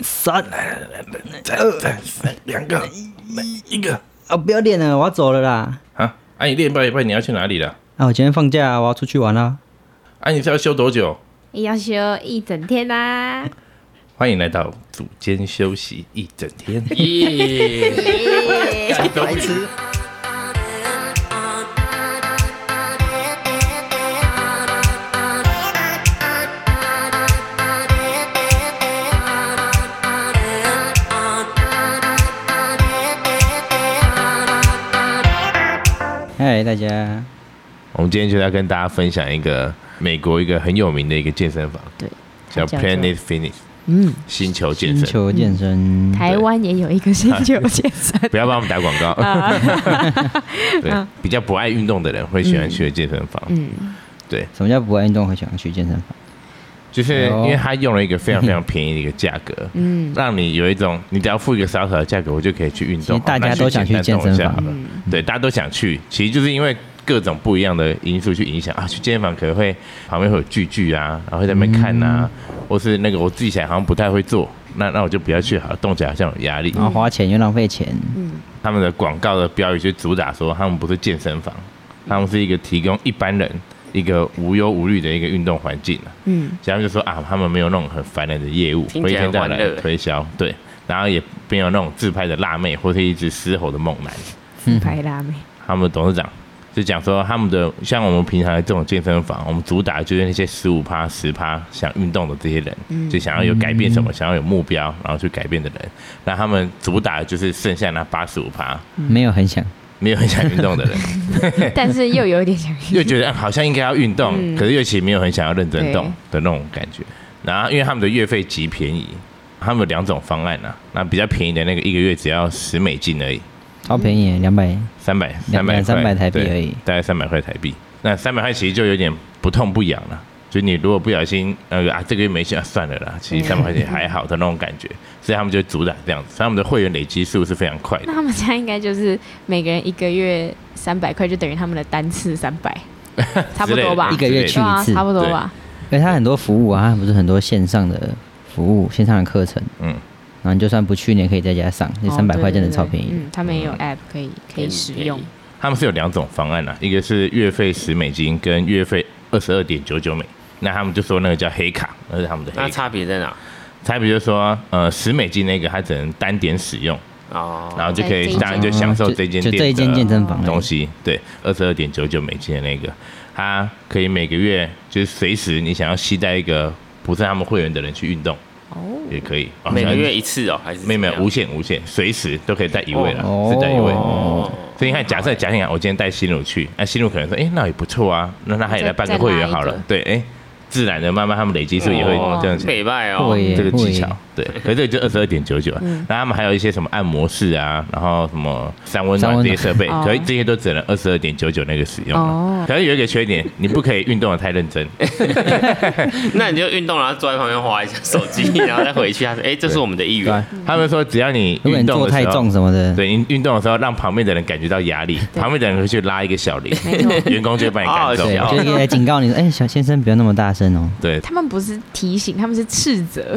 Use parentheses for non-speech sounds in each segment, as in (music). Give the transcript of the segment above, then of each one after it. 三，再二三两个，一个啊，呃不要练了，我要走了啦。啊！啊，你练拜一拜，你要去哪里了？啊，我今天放假、我要出去玩啦、啊，你是要休多久？要休一整天啊啦、欢迎来到组间休息一整 (laughs) 天。耶！白痴。嗨，哎大家，我们今天就要跟大家分享一个美国一个很有名的一个健身房，对，叫它叫做 Planet Fitness，嗯，星球健星身。球健身，台湾也有一个星球健身，不要帮我们打广告。 (laughs) 对，比较不爱运动的人会喜欢去的健身房，嗯，对，什么叫不爱运动会想要去健身房？就是哎呦因为它用了一个非常非常便宜的一个价格，嗯，让你有一种你只要付一个少少的价格，我就可以去运其动实。大家那都想去简单动一健身下房嗯好了对，大家都想去，其实就是因为各种不一样的因素去影响啊。去健身房可能会旁边会有聚聚啊，然后会在那边看呐、嗯或是那个我自己起来好像不太会做，那那我就不要去好了，动起来好像有压力。然后花钱又浪费钱，嗯他们的广告的标语就主打说，他们不是健身房，嗯他们是一个提供一般人一个无忧无虑的一个运动环境、啊、嗯，所以他们就说啊，他们没有那种很烦人的业务，听起来很带欢乐来推销，对，然后也没有那种自拍的辣妹或是一直嘶吼的猛男。自拍辣妹，他们董事长就讲说，他们的像我们平常的这种健身房，我们主打就是那些十五趴、十趴想运动的这些人，嗯就想要有改变什么，想要有目标，然后去改变的人。那他们主打的就是剩下那八十五趴没有很想。没有很想运动的 (laughs) 人，但是又有一点想去又觉得啊好像应该要运动，嗯可是又其实没有很想要认真动的那种感觉。然后因为他们的月费极便宜，他们有两种方案啊，那比较便宜的那个一个月只要十美金而已。超便嗯宜，两百，三百两百三百台币而已大概三百块台币。那三百块其实就有点不痛不痒了。就你如果不小心，呃啊，这个月没钱、啊、算了啦，其实三百块钱还好的那种感觉，所以他们就主打这样子，所以他们的会员累积数是非常快的那。他们家应该就是每个人一个月三百块，就等于他们的单次三百，差不多吧？一个月去对啊一次差不多吧？因为它很多服务啊，它不是很多线上的服务、线上的课程，嗯，然后你就算不去，你也可以在家上，那哦三百对块真的对超对便宜。嗯，他们也有 app 可以可以使用，他们是有两种方案啊，一个是月费十美金跟月费二十二点九九美，那他们就说那个叫黑卡，那是他们的那黑卡。差别在哪？差别就是说，呃，十美金那个它只能单点使用，然哦，后就可在这一以间当然就享受就这间就店这一间的健身房而已东西，对，二十二点九九美金的那个，它可以每个月就是随时你想要携带一个不是他们会员的人去运动哦，也可以，哦每个月像一次哦，还是没有没有怎么样无限无限，随时都可以带一位了，哦是带一位。哦，所以你看，假设假想我今天带新鲁去，那新鲁可能说，哎、那也不错啊，那他也再来办个再会拉员一好了个，对，哎、自然的慢慢他们累积数也会哦这样子。北拜哦会，耶这个技巧会，对，可是这个就二十二点九九啊。嗯那他们还有一些什么按摩室啊，然后什么三温暖三温暖这些设备，哦可是这些都只能二十二点九九那个使用啊哦。可是有一个缺点，你不可以运动的太认 (laughs) 真，那你就运动，然后坐在旁边划一下手机，然后再回去。他说：“哎，这是我们的一对员吧。他们说只要你如果运你动做的太时候重。什么的，对，你运动的时候让旁边的人感觉到压力，嗯对旁边的人会去拉一个小铃没错，员工就会把你好好赶走。对，笑就一个来警告你说，哎，小先生不要那么大声哦。 (laughs) 对他们不是提醒，他们是斥责，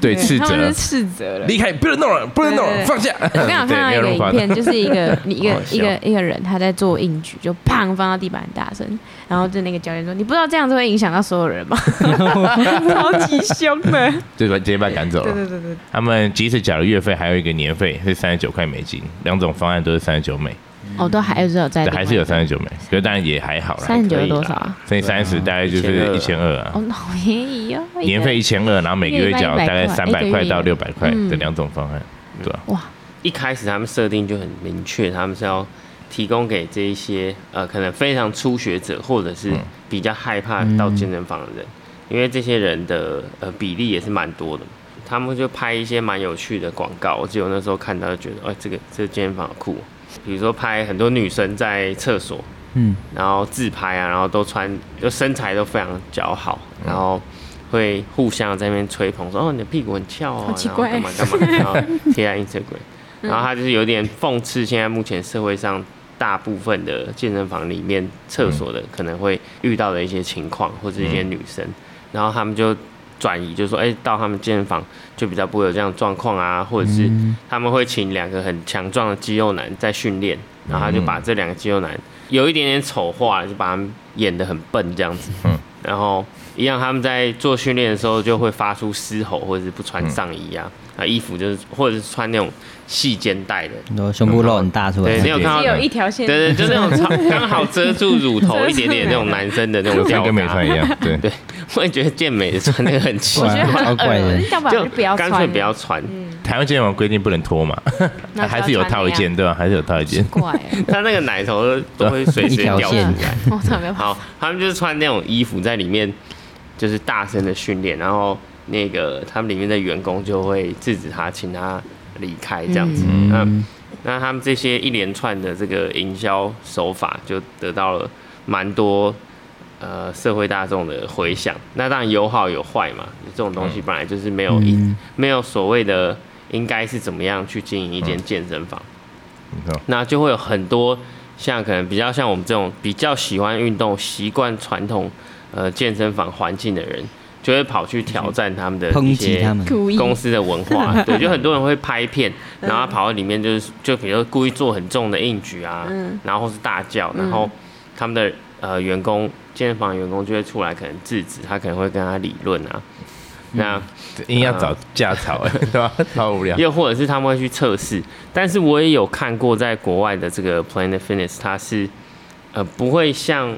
对，斥他责们是，斥责了。离开，不能弄了，不能弄了，对对对放下。我刚 (laughs) 好看到一个影片，就是一个你一好个好笑一个一个人他在做硬举，就砰放到地板很大声，然后就那个教练说：“你不知道这样子会影响到所有人吗？” (laughs) 超级凶的，就把直接把你赶走了。对对对对，他们即使缴了月费，还有一个年费是三十九块美金，两种方案都是三十九美，哦，都还是有嗯在对，另外，还是有三十九美，可是当然也还好啦。三十九是多少啊？所以三十大概就是一千二啊，哦，那好便宜哦，一个年费一千二，然后每个月缴大概三百块到六百块嗯的两种方案，对吧？哇，一开始他们设定就很明确，他们是要提供给这一些呃可能非常初学者或者嗯是比较害怕到健身房的人，因为这些人的呃比例也是蛮多的嘛。他们就拍一些蛮有趣的广告，我记得我那时候看到就觉得，哎、这个这个健身房好酷哦、比如说拍很多女生在厕所，嗯，然后自拍啊，然后都穿，就身材都非常姣好，嗯然后会互相在那边吹捧说，哦，你的屁股很翘哦，好奇怪嗯然 (laughs) 后干嘛干嘛，然后贴在 Instagram，然后他就是有点讽刺现在目前社会上大部分的健身房里面嗯厕所的可能会遇到的一些情况，或者一些女生，然后他们就转移，就是说，哎、到他们健身房就比较不会有这样的状况啊，或者是嗯他们会请两个很强壮的肌肉男在训练，然后他就把这两个肌肉男有一点点丑化，就把他们演得很笨这样子。嗯然后一样，他们在做训练的时候就会发出嘶吼，或者是不穿上衣啊，啊衣服就是或者是穿那种细肩带的，你说胸部露很大出来，对，你有看到啊只有一条线，嗯对对，就那种超刚好遮住 (laughs) 乳头一点点那种男生的那嗯种就吊穿跟没穿带，一 (laughs) 样，对，对，我也觉得健美的穿那个很奇我我觉嗯得，怪很超怪恶的心，要不然我就就不要穿，嗯干脆不要穿。台湾健身房规定不能脱嘛，那就要还是有套一件对吧？还是有套一件，怪欸，他那个奶头都会随时掉出一条来。 (laughs) 我怎么没有办法？好，他们就是穿那种衣服在里面，就是大声的训练，然后那个他们里面的员工就会制止他，请他离开这样子。嗯那那他们这些一连串的这个营销手法，就得到了蛮多呃社会大众的回响。那当然有好有坏嘛，这种东西本来就是没有一、嗯没有所谓的应该是怎么样去经营一间健身房。没错那就会有很多像可能比较像我们这种比较喜欢运动、习惯传统呃健身房环境的人，就会跑去挑战他们的一抨击些他们，故意公司的文化。 (laughs) 对，就很多人会拍片，然后他跑到里面就是就比如说故意做很重的硬举啊，嗯然后或是大叫，然后他们的呃员工健身房员工就会出来可能制止他，可能会跟他理论啊。那硬要找架吵，对吧？超无聊。又或者是他们会去测试。但是我也有看过，在国外的这个 Planet Fitness，它是呃不会像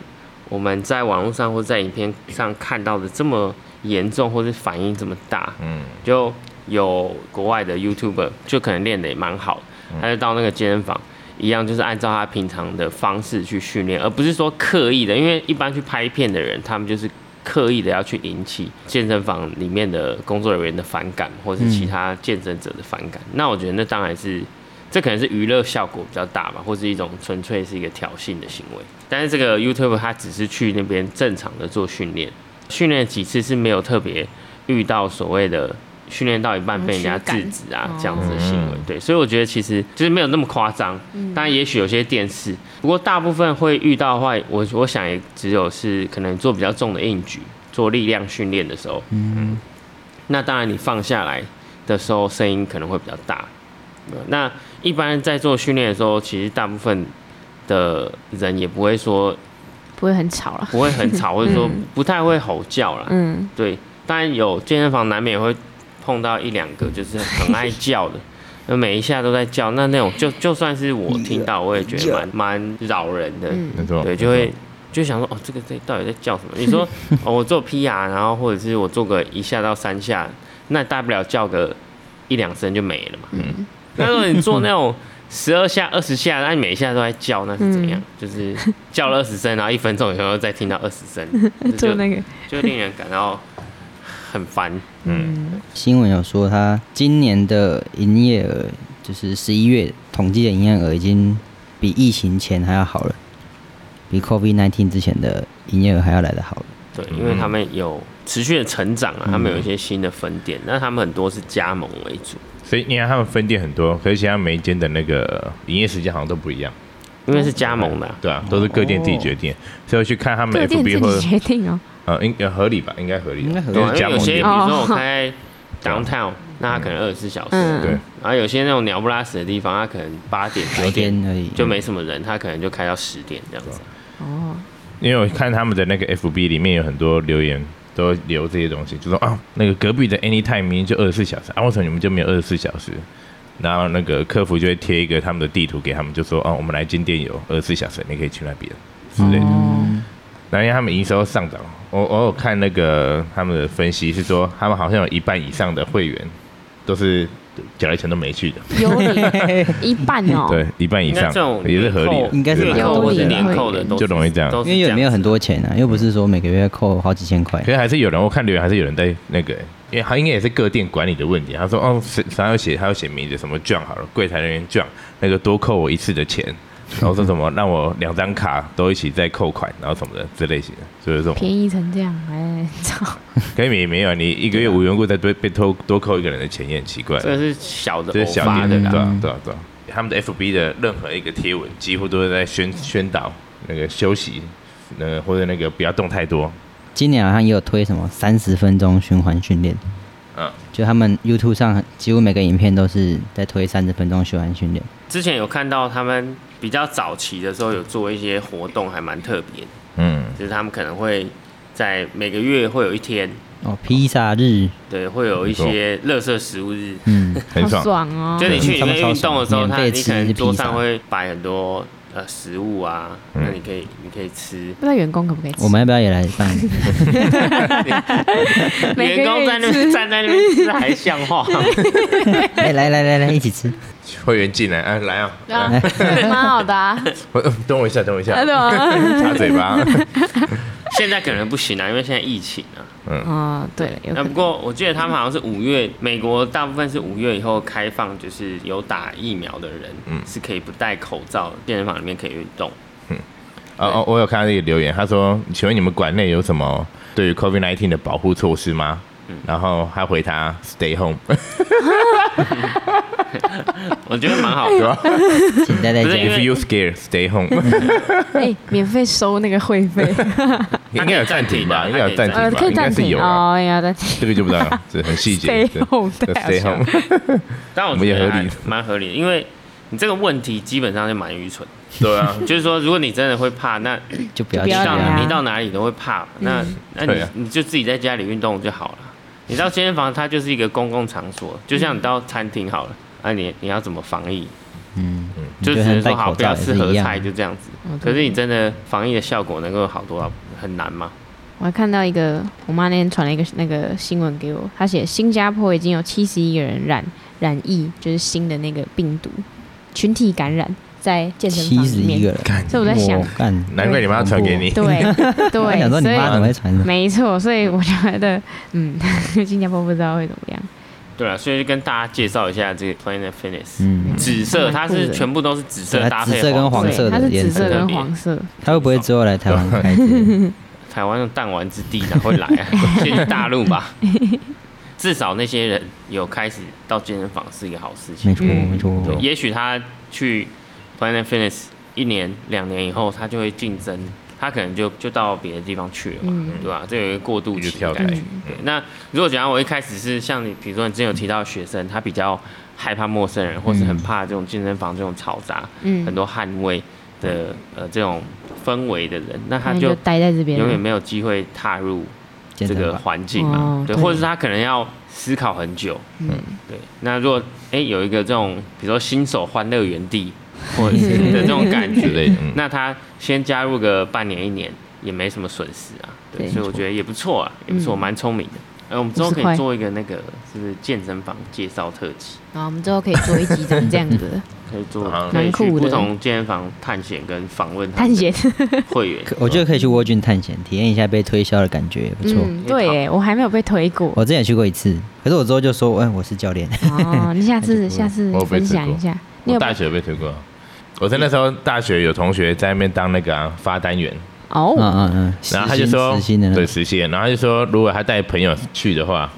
我们在网络上或在影片上看到的这么严重，或是反应这么大。嗯，就有国外的 YouTuber，就可能练得也蛮好，他就到那个健身房，一样就是按照他平常的方式去训练，而不是说刻意的，因为一般去拍片的人，他们就是刻意的要去引起健身房里面的工作人员的反感，或是其他健身者的反感。那我觉得那当然是。这可能是娱乐效果比较大吧，或是一种纯粹是一个挑衅的行为。但是这个 YouTuber 他只是去那边正常的做训练，训练几次是没有特别遇到所谓的训练到一半被人家制止啊嗯这样子的行为。对，所以我觉得其实就是没有那么夸张。当然，也许有些电视，不过大部分会遇到的话，我我想也只有是可能做比较重的硬举，做力量训练的时候，嗯，那当然你放下来的时候声音可能会比较大。呃那一般在做训练的时候，其实大部分的人也不会说不会很吵了。不会很吵，或者说不太会吼叫啦。嗯，对，当然有健身房难免会碰到一两个就是很爱叫 (laughs) 的，那每一下都在叫，那那种就就算是我听到，我也觉得蛮嗯蛮扰人的。没错，对，就会就想说，哦，这个在到底在叫什 (laughs) 么？你说，哦，我做 PR，然后或者是我做个一下到三下，那大不了叫个一两声就没了嘛。嗯，那如果你做那种十二下、二十下，那你每一下都在叫，那是 (laughs) 怎样？就是叫了二十声，然后一分钟以后又再听到二十 (laughs) 声，这做就那个就令人感到很烦。嗯，新闻有说他今年的营业额，就是十一月统计的营业额已经比疫情前还要好了，比 COVID 1 9之前的营业额还要来得好了。对，嗯因为他们有持续的成长啊，他们有一些新的分店，那他们很多是加盟为主。所以你看他们分店很多，可是其他每一间的那个营业时间好像都不一样，因为是加盟的啊、对啊，都是各店自己决定，所以去看他们各店 FB 自或己者决定哦。呃应呃合理吧，应该合理，应该合理就对啊，是因加为有盟些比店如哦说我开 downtown，那它可能二十四小时，嗯对然后有些那种鸟不拉屎的地方，它可能八点九白点天而已， (laughs) 就没什么人，它可能就开到十点这样子。嗯哦，因为我看他们的那个 FB 里面有很多留言都留这些东西，就说啊，那个隔壁的 Anytime 明明就二十四小时，啊，为什么你们就没有二十四小时？然后那个客服就会贴一个他们的地图给他们，就说哦、我们来间店有二十四小时，你可以去那边之类的。然后因为他们营收上涨，我我有看那个他们的分析是说，他们好像有一半以上的会员都是缴了钱都没去的，有啊你 (laughs) 一半哦。对，一半以应该上这种也是合理的，应该是月蛮扣合或理者的年扣的都就容易这样都是因为这也样没有子很多钱啊，又不是说每个月扣好几千块可。是还是有人，我看留言还是有人在那个，因为他应该也是各店管理的问题。他说哦，谁他要写，他要写名字什么券好了，柜台人员券，那个多扣我一次的钱，然后说什么让我两张卡都一起再扣款，然后什么的这类型的，就是这种。便宜成这样，哎， (laughs) 操！可以也没有，你一个月无缘无故再多被偷多扣一个人的钱也很奇怪。这个是小的这是偶小发店的对啦。啊对啊对啊，他们的 FB 的任何一个贴文几乎都是在宣宣导那个休息，呃或者那个不要动太多，今年好像也有推什么三十分钟循环训练，嗯，就他们 YouTube 上几乎每个影片都是在推三十分钟循环训练。之前有看到他们比较早期的时候有做一些活动，还蛮特别的，嗯，就是他们可能会在每个月会有一天，哦，披萨日，对，会有一些垃圾食物日。 (laughs) 嗯，很好爽，爽哦就！你去里面运动的时候，他们超爽他免费你可吃一能只桌披萨上会摆很多呃食物啊，嗯那你可以你可以吃。不知道员工可不可以吃？我们要不要也来 (laughs) 办？每个员工在那月一边次站在那边吃还像话 (laughs) 吗，哎，来来来来一起吃。会员进来，啊，来啊，对啊， (laughs) 蛮好 (laughs) 的啊，我呃 (laughs) 等我一下，等我一下，啊对啊 (laughs) 吧？ (laughs) 擦嘴巴，现在可能不行啊，因为现在疫情啊。哦，对，有可 (laughs) 那不能过我记得他们好像是五月，美国大部分是五月以后开放，就是有打疫苗的人，嗯是可以不戴口罩，健身房里面可以运动。哦哦，我有看到一个留言，他说：“请问你们馆内有什么对于 COVID-19 的保护措施吗？”然后他回他 “Stay (laughs) home”，我觉得蛮好 (laughs) 对啊的。啊吧请待在不是因家。 ？If 为 you scared, stay home。哎，免费收那个会 (laughs) 费，应该有暂停吧？它应可该有以暂停暂停吧呃，？可以应该暂是停有啊，哦，要暂停。这个就不知 (laughs) 道了，这很细节。 Stay home，对太好 stay 笑 home。但我我们觉也得合理还蛮合理的，因为你这个问题基本上就蛮愚蠢。对啊，就是说，如果你真的会怕，那你就不要嗯就不去要到来啊啊你到哪里都会怕。那那对你啊你就自己在家里运动就好了。你到健身房，它就是一个公共场所，就像你到餐厅好了，啊你，你要怎么防疫？嗯，就你就只算是戴说好口不要罩也吃是合一菜，样。就这样子。哦对可是你真的防疫的效果能够有好多少？啊很难吗？我还看到一个，我妈那天传了一个那个新闻给我，她写新加坡已经有七十一个人染染疫，就是新的那个病毒群体感染在健身七房十里一个面。人，所以我在想我，干，难怪你妈要传给你。对 (laughs) 我对，想说你所以妈怎么会传的？没错，所以我觉得，嗯， (laughs) 新加坡不知道会怎么样。对啊，所以就跟大家介绍一下这个 Planet Fitness。嗯，紫色，它蛮酷是的全部都是紫对色啊搭配紫色跟黄色对，的它是紫颜色色特跟别黄色，他会不会之后来台湾开这个？台湾的弹丸之地哪会 (laughs) 来啊？先去大陆吧。至少那些人有开始到健身房是一个好事情没。错，没错。也许他去 Planet Fitness 一年、两年以后，他就会竞争，他可能就就到别的地方去了嘛，嗯对吧、啊这有一个过渡就期的跳感开觉。对，那如果讲我一开始是像你，比如说你之前有提到的学生，他比较害怕陌生人，或是很怕这种健身房这种嘈杂、嗯很，多汗味的呃这种氛围的人，那他那你就待在这边了，永远没有机会踏入健这身个房环境嘛哦，对，对或者是他可能要思考很久，嗯，对。那如果哎、有一个这种，比如说新手欢乐园地，或者是的这种感之类觉的嗯，那他先加入个半年一年也没什么损失啊，对，对所以我觉得也不错啊，也不错，嗯蛮聪明的。哎，我们之后可50块以做一个那个就是健身房介绍特辑，然后我们之后可以做一集这样 (laughs) 子的可以做啊，可蛮以去酷的不同健身房探险跟访问他探们 (laughs) 险，的会员，可我觉得可以去蜗郡探险，体验一下被推销的感觉，也不错。嗯，对耶，我还没有被推过。我之前也去过一次，可是我之后就说，哎，我是教练。哦，你下那就 (laughs) 不次下次我有被分推享过一下，你我有大学被推过，我在那时候大学有同学在那边当那个啊发单员，嗯哦，嗯嗯。然后他就说实心的那对种，实现，然后他就说如果他带朋友去的话，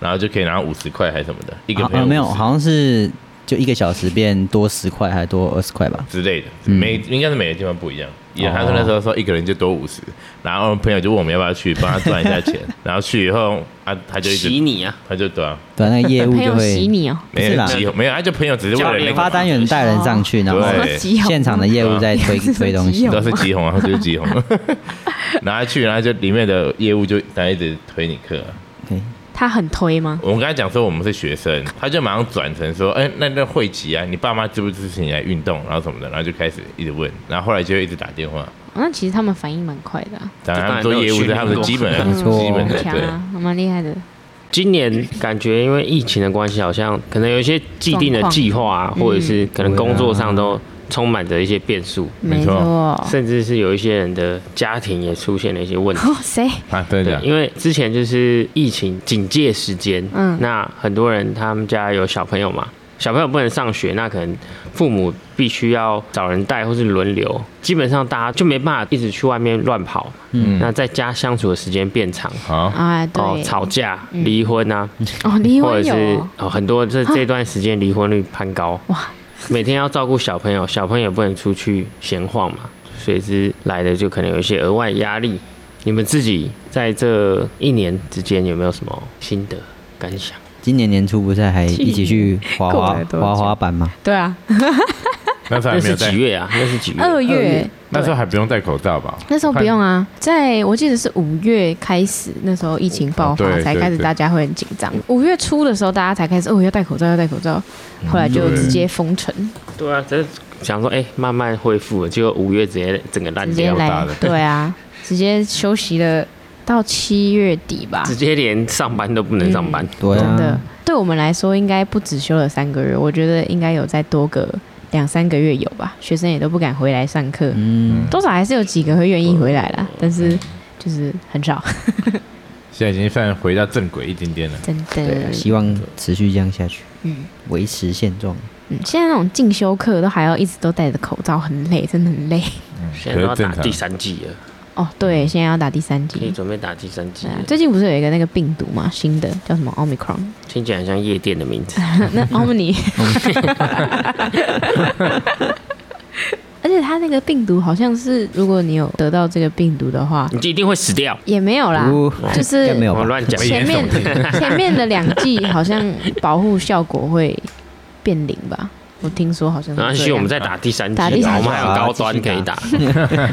然后就可以拿五十块还是什么的，一个好朋嗯友呃没有， 50好像是就一个小时变多十块，还多二十块吧。之类的，嗯每应该是每个地方不一样。也他说那时候说一个人就多五哦十，然后朋友就问我们要不要去帮他赚一 (laughs) 下钱，然后去以后啊他就一洗直你啊，他就对啊，对，那个业务朋就友洗会你哦，不没是有啦机会没有，他就朋友只是为了那教个练发单员带人上去，然后对什么集合现场的业务在 (laughs) 推对推东西有。都是吉红啊，就 (laughs) 是吉红，然后他去然后就里面的业务就他一直推你课啊、对，他很推吗？我们刚才讲说我们是学生，他就马上转成说，哎、那那会籍啊，你爸妈支不支持你来运动，然后什么的，然后就开始一直问，然后后来就一直打电话，哦那其实他们反应蛮快的啊，当然他们做业务是他们的基本没的，错基本很的强对。啊，蛮厉害的。今年感觉因为疫情的关系，好像可能有一些既定的计划啊，状况或者是可能工作上都充满着一些变数，没没错错。哦，甚至是有一些人的家庭也出现了一些问题。哦谁？啊，真的对假，的？因为之前就是疫情警戒时间，嗯嗯，那很多人他们家有小朋友嘛，小朋友不能上学，那可能父母必须要找人带或是轮流，基本上大家就没办法一直去外面乱跑，嗯，那在家相处的时间变长，好，啊，对，哦，吵架、离婚啊，哦，离或婚者有是哦哦很多这这段时间离婚率攀高，哇，每天要照顾小朋友，小朋友也不能出去闲晃嘛，随之来的就可能有一些额外压力。你们自己在这一年之间有没有什么心得感想？今年年初不是还一起 (laughs) 去滑过滑来多久滑滑板吗？对啊，那时候那还没是有戴几，月啊？那是几二月？二月月那时候还不用戴口罩吧？那时候我看不用啊，在我记得是五月开始，那时候疫情爆哦发对才开始，对对大家会很紧张。五月初的时候，大家才开始哦要戴口罩，要戴口罩，后来就对直接封城，对啊，这想说哎、慢慢恢复了，结果五月直接整个烂直接掉，打来的，对啊，直接休息了到七月底吧直，接连上班都不能上班。对真的啊，，对我们来说应该不止休了三个月，我觉得应该有再多个两三个月有吧。学生也都不敢回来上课，嗯，多少还是有几个会愿意回来啦，但是就是很少，现在已经算回到正轨一点点了。真对啊，的。希望持续这样下去，嗯维持现状。嗯，现在那种进修课都还要一直都戴着口罩，很累，真的很累。现在都要可是打正常第三季了， (laughs) 哦，对，现在要打第三可以剂。准备打第三季对了啊，。最近不是有一个那个病毒嘛，新的叫什么 Omicron？ (laughs) 听起来很像夜店的名字。那 (laughs) Omni，而且它那个病毒好像是，如果你有得到这个病毒的话，你一定会死掉。也没有啦呜，就是应该没有我吧？乱讲，前面 (laughs) 前面的两季好像保护效果会变零吧，我听说好像然后是希这望我样们。再打第三季，打第三啊然后季我们还有高端可以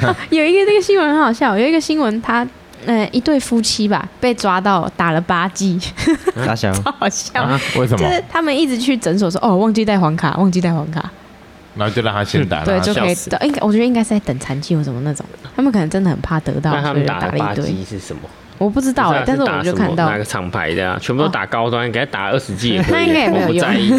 打。有一个这个新闻很好笑，有一个新闻他。呃，一对夫妻吧，被抓到打了八剂， (laughs) 大小好笑。啊？为什就么？是他们一直去诊所说，哦，忘记带黄卡，忘记带黄卡，然后就让他先打，对，然后就可以啊笑死等。应该我觉得应该是在等残疾或什么那 (laughs) 种，他们可能真的很怕得到那，他所以们就打打的了八一堆。 G 是什么？我不知道哎、不但知是道我们打什就么看到哦哪个厂牌的啊，全部都打高端，给他打二十 G 也可以， (laughs) 那应该也没有 (laughs) 我不用在意。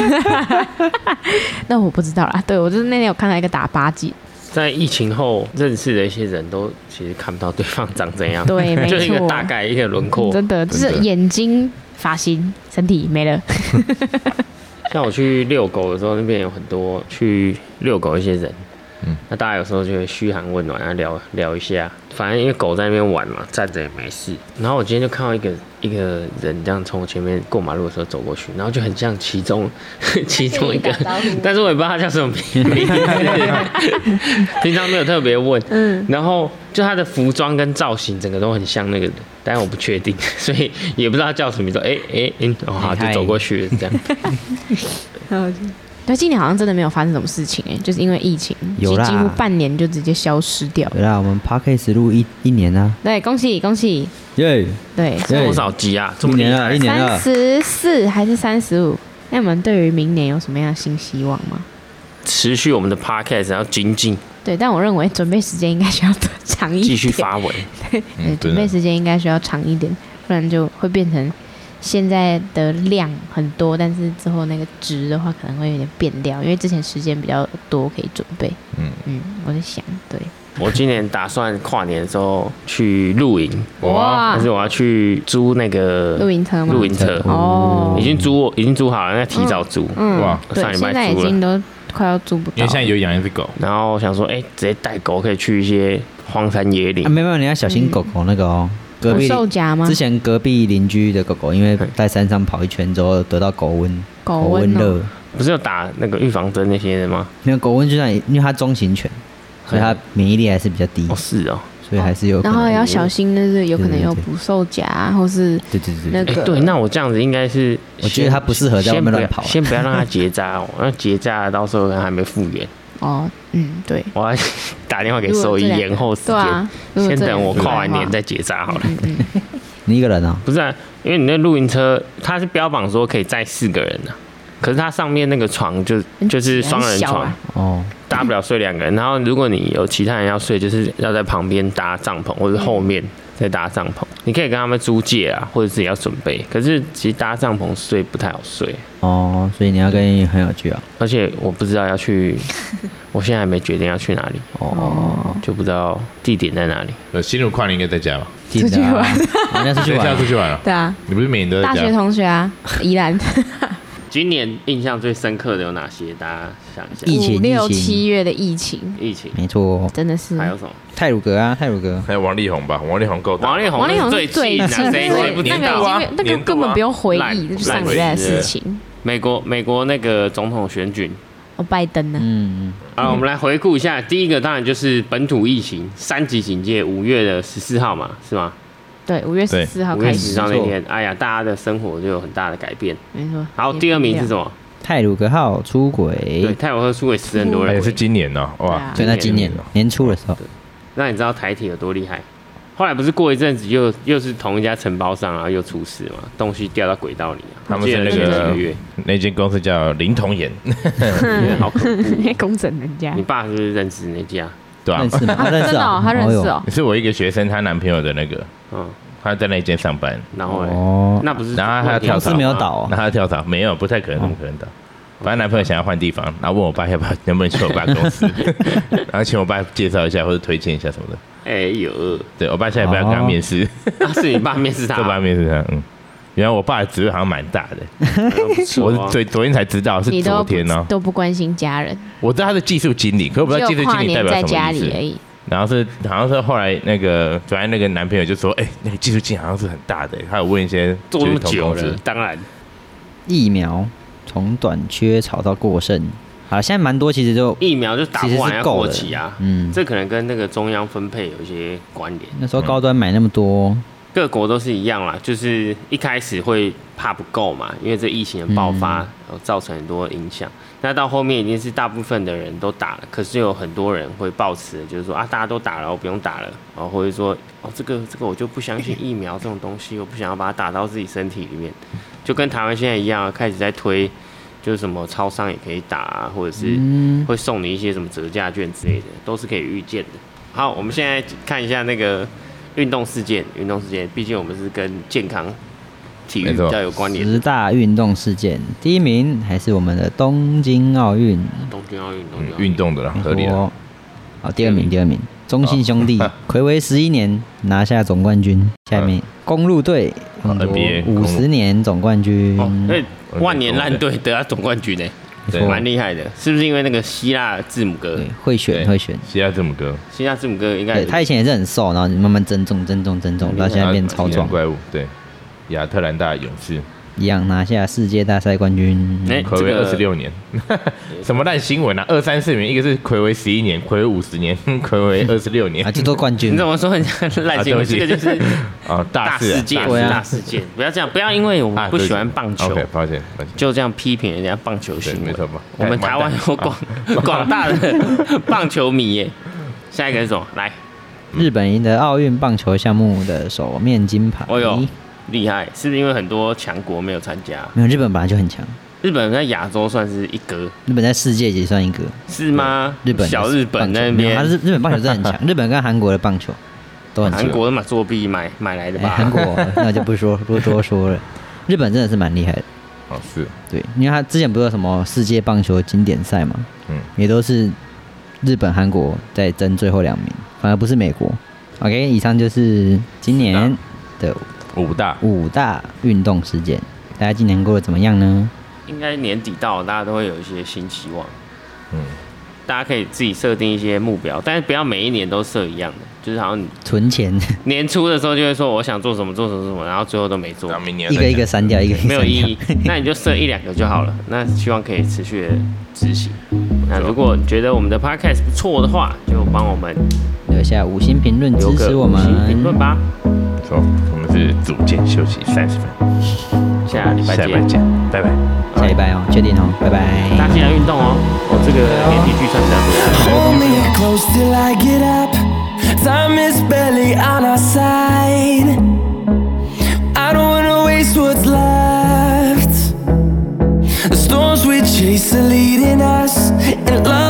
(laughs) 那我不知道啦。对我就是那天有看到一个打八剂，在疫情后认识的一些人都其实看不到对方长怎样，对， (laughs) 没就是一个错，大概一个轮廓。真的就是真的眼睛、发型、身体没了。 (laughs) 像我去遛狗的时候，那边有很多去遛狗一些人，嗯那大家有时候就会嘘寒问暖，然后聊聊一下。反正因为狗在那边玩嘛，站着也没事。然后我今天就看到一个一个人这样从我前面过马路的时候走过去，然后就很像其中 (laughs) 其中一个，但是我也不知道他叫什么名字， (laughs) 平常没有特别问。嗯，然后就他的服装跟造型，整个都很像那个人，但我不确定， (laughs) 所以也不知道他叫什么名字。哎哎嗯，哦好，就走过去了这样。对，今年好像真的没有发生什么事情哎、就是因为疫情，有几啦几乎半年就直接消失掉了。对啦，我们 p o d c a s 录一一年啊，对，恭喜恭喜！耶，对，对多少集啊？这一么厉年了，害一！年三了，十四还是三十五？那你们对于明年有什么样的新希望吗？持续我们的 podcast，然后精进对，但我认为准备时间应该需要多长一点，继续发文。对，嗯，哎真准备的时间应该需要长一点，不然就会变成现在的量很多，但是之后那个值的话可能会有点变掉，因为之前时间比较多可以准备。嗯嗯，我在想，对，我今年打算跨年的时候去露营，啊哇，但是我要去租那个露营车吗？露营车，哦已，经租已经租好了，要提早租。嗯哇上对，礼现在拜已租经了。都快要租不因到为现。在有养一只狗，然后我想说，哎、直接带狗可以去一些荒山野岭啊，。没有没有，你要小心狗狗那个哦，隔有壁售夹吗之？前隔壁邻居的狗狗，因为在山上跑一圈之后得到狗瘟，狗狗瘟哦热，不是有打那个预防针那些的吗？没有狗瘟就算因为它中型犬，所以它免疫力还是比较低哦，，是哦。所以还是有可然后能。要小心，就是有可能有对对对捕兽夹，或是对对对那对，哎、个。对，那我这样子应该是先，我觉得它不适合在外面乱跑啊先不要先不要让它结扎哦，那结扎了到时候还没复原，哦，嗯，对，我要 (laughs) 打电话给兽医如果这两个延后时对间，啊，如果先这两等我个跨完的话年再结扎好了。嗯嗯嗯你一个人啊？不是、啊，因为你那露营车它是标榜说可以载四个人啊，可是它上面那个床就很就是挤双很人小床，啊哦，大不了睡两个人。然后如果你有其他人要睡，就是要在旁边搭帐篷，或者后面再搭帐篷。你可以跟他们租借啊，或者自己要准备。可是其实搭帐篷睡不太好睡，哦，所以你要跟很有趣啊。而且我不知道 (laughs) 要去，我现在还没决定要去哪里，哦，就不知道地点在哪里。呃，新入跨年应该在家吧？记得啊，人家出去现在要玩出，去玩了，对 (laughs) 啊，你不是每年都在大学家？同学啊，宜兰今年印象最深刻的有哪些？大家想一疫下。情 (laughs) 五六疫情七月的疫情疫情没错，真的是还有什么？泰鲁格啊，泰鲁格，还有王力宏吧，王力宏够大，王力宏王力宏最是最气的，气的，谁那谁不个知那个道啊？已经那个年度啊根本不用回忆，烂那就上个月的事情。美国美国那个总统选举，哦，拜登呢、嗯，啊，我们来回顾一下，第一个当然就是本土疫情三级警戒，五月的十四号嘛，是吗？对，五月十四号五月开十始四，号那没错天，哎呀，大家的生活就有很大的改变。没错。好，第二名是什么？么？泰鲁格号出对，轨，泰晤士苏伟死很多而人哎且。是今年呢、嗯对啊哇，就在今年今年年初的时候，那你知道台铁有多厉害？后来不是过一阵子又又是同一家承包商，然后又出事嘛，东西掉到轨道里啊。他们是那我记得几个嗯个月，那间公司叫林童眼，嗯好恐怖。 (laughs) 工整人家你爸是不是认识那家？ (laughs) 对吧、认识吗？他认啊真识的、哦哦，，他认识哦，是我一个学生，她男朋友的那个，嗯，她在那间上班，然后嘞欸哦，那不是啊然后还有公跳司槽没有倒哦那，她跳槽没有，不太可能，怎么可能哦的？反正男朋友想要换地方，然后问我爸要不要，能不能去我爸公 (laughs) 司，然后请我爸介绍一下或者推荐一下什么的。哎啊呦，对我爸下礼拜要跟他面试，哦 (laughs) 那是你爸面试他这，爸面试他，嗯。原来我爸的职位好像蛮大的，不错我啊昨昨天才知道是你昨都不天哦、都不关心家人，我知道他的技术经理，可我不知只道技有术跨经理代年表在什么家意里而思。已。然后是好像是后来那个，反正那个男朋友就说，哎、那个技术经理好像是很大的、他有问一些做那么久就是同公了司，，当然疫苗从短缺炒到过剩，好，现在蛮多其实就疫苗就打其不实完是要够过的期啊，嗯，这可能跟那个中央分配有一些关联。那时候高端买那么多，各国都是一样啦，就是一开始会怕不够嘛，因为这疫情的爆发，呃造成很多影响。那到后面已经是大部分的人都打了，可是有很多人会抱持就是说啊，大家都打了，我不用打了，然后或者说哦，这个这个我就不相信疫苗这种东西，我不想要把它打到自己身体里面，就跟台湾现在一样啊，开始在推就是什么超商也可以打、啊，或者是嗯，会送你一些什么折价券之类的，都是可以预见的。好，我们现在看一下那个运动事件，运动事件，毕竟我们是跟健康、体育没错比较有关联。十大运动事件第一名还是我们的东京奥运，东京奥运，东嗯京奥运运动的啦，合理的。我好，哦第二名，第二名，中信兄弟， (laughs) 暌违十一年拿下总冠军。下面公路队，好 NBA 五十年总冠军，哦，那万年烂队得到总冠军呢，对蛮厉害的，是不是因为那个希腊字母哥嗯对？，会选对会选。希腊字母哥，希腊字母哥应该哎对他以前也是很瘦，然后慢慢增重、增重、增重，嗯到现在变超然后壮，怪物，对，亚特兰大勇士，一样拿下世界大赛冠军。哎，暌这违嗯二个十六年， (laughs) 什么烂新闻啊？二三四名，一个是暌违十一年，暌违五十年， (laughs) 暌违二十六年啊，这都冠你军怎，么说人家烂新闻？啊对这不起个就是啊，大大事啊事件，对啊大事件，不要这样，不要因为我啊们不喜欢棒球对，OK，抱歉，抱歉。就这样批评人家棒球行对为没错吧。哎我们台湾有啊广 (laughs) 广大的棒球迷耶。下一个是什么？来，日本赢得奥运棒球项目的首面金牌。哦呦，厉害！是不是因为很多强国没有参加？没有，日本本来就很强，日本在亚洲算是一哥，日本在世界也算一个。是吗？日本小的日本棒球那没有边他，是日本棒球真的很 (laughs) 强，日本跟韩国的棒球都很强韩。国嘛作弊买买来的哎，吧？韩国那就不说不多说了。日本真的是蛮厉害的，哦，是，对，因为他之前不是有什么世界棒球经典赛嘛，嗯，也都是日本、韩国在争最后两名，反而不是美国。OK，以上就是今年的五大五大运动事件，大家今年过得怎么样呢？应该 (laughs) 年底到，大家都会有一些新期望。嗯，大家可以自己设定一些目标，但是不要每一年都设一样的，就是好像你存钱，年初的时候就会说我想做什么做什么做什么，然后最后都没做那。明年一再个一讲个删掉，一个一个没有删意 (laughs) 掉。义，那你就设一两个就 (laughs) 好了。那希望可以持续的执行。那如果觉得我们的 podcast 不错的话，就帮我们留下五星评论留支持个我五星评论们，吧。没错，我们是组建休息三十分钟，下礼拜下礼见拜，见，拜拜。下礼拜哦，确定哦，拜拜。大家记得运动哦。我这个连体剧穿起来不错。 Hold me close till I get up. Time is barely on our side. I don't wanna waste what's left. The storms we chase are leading us, and love.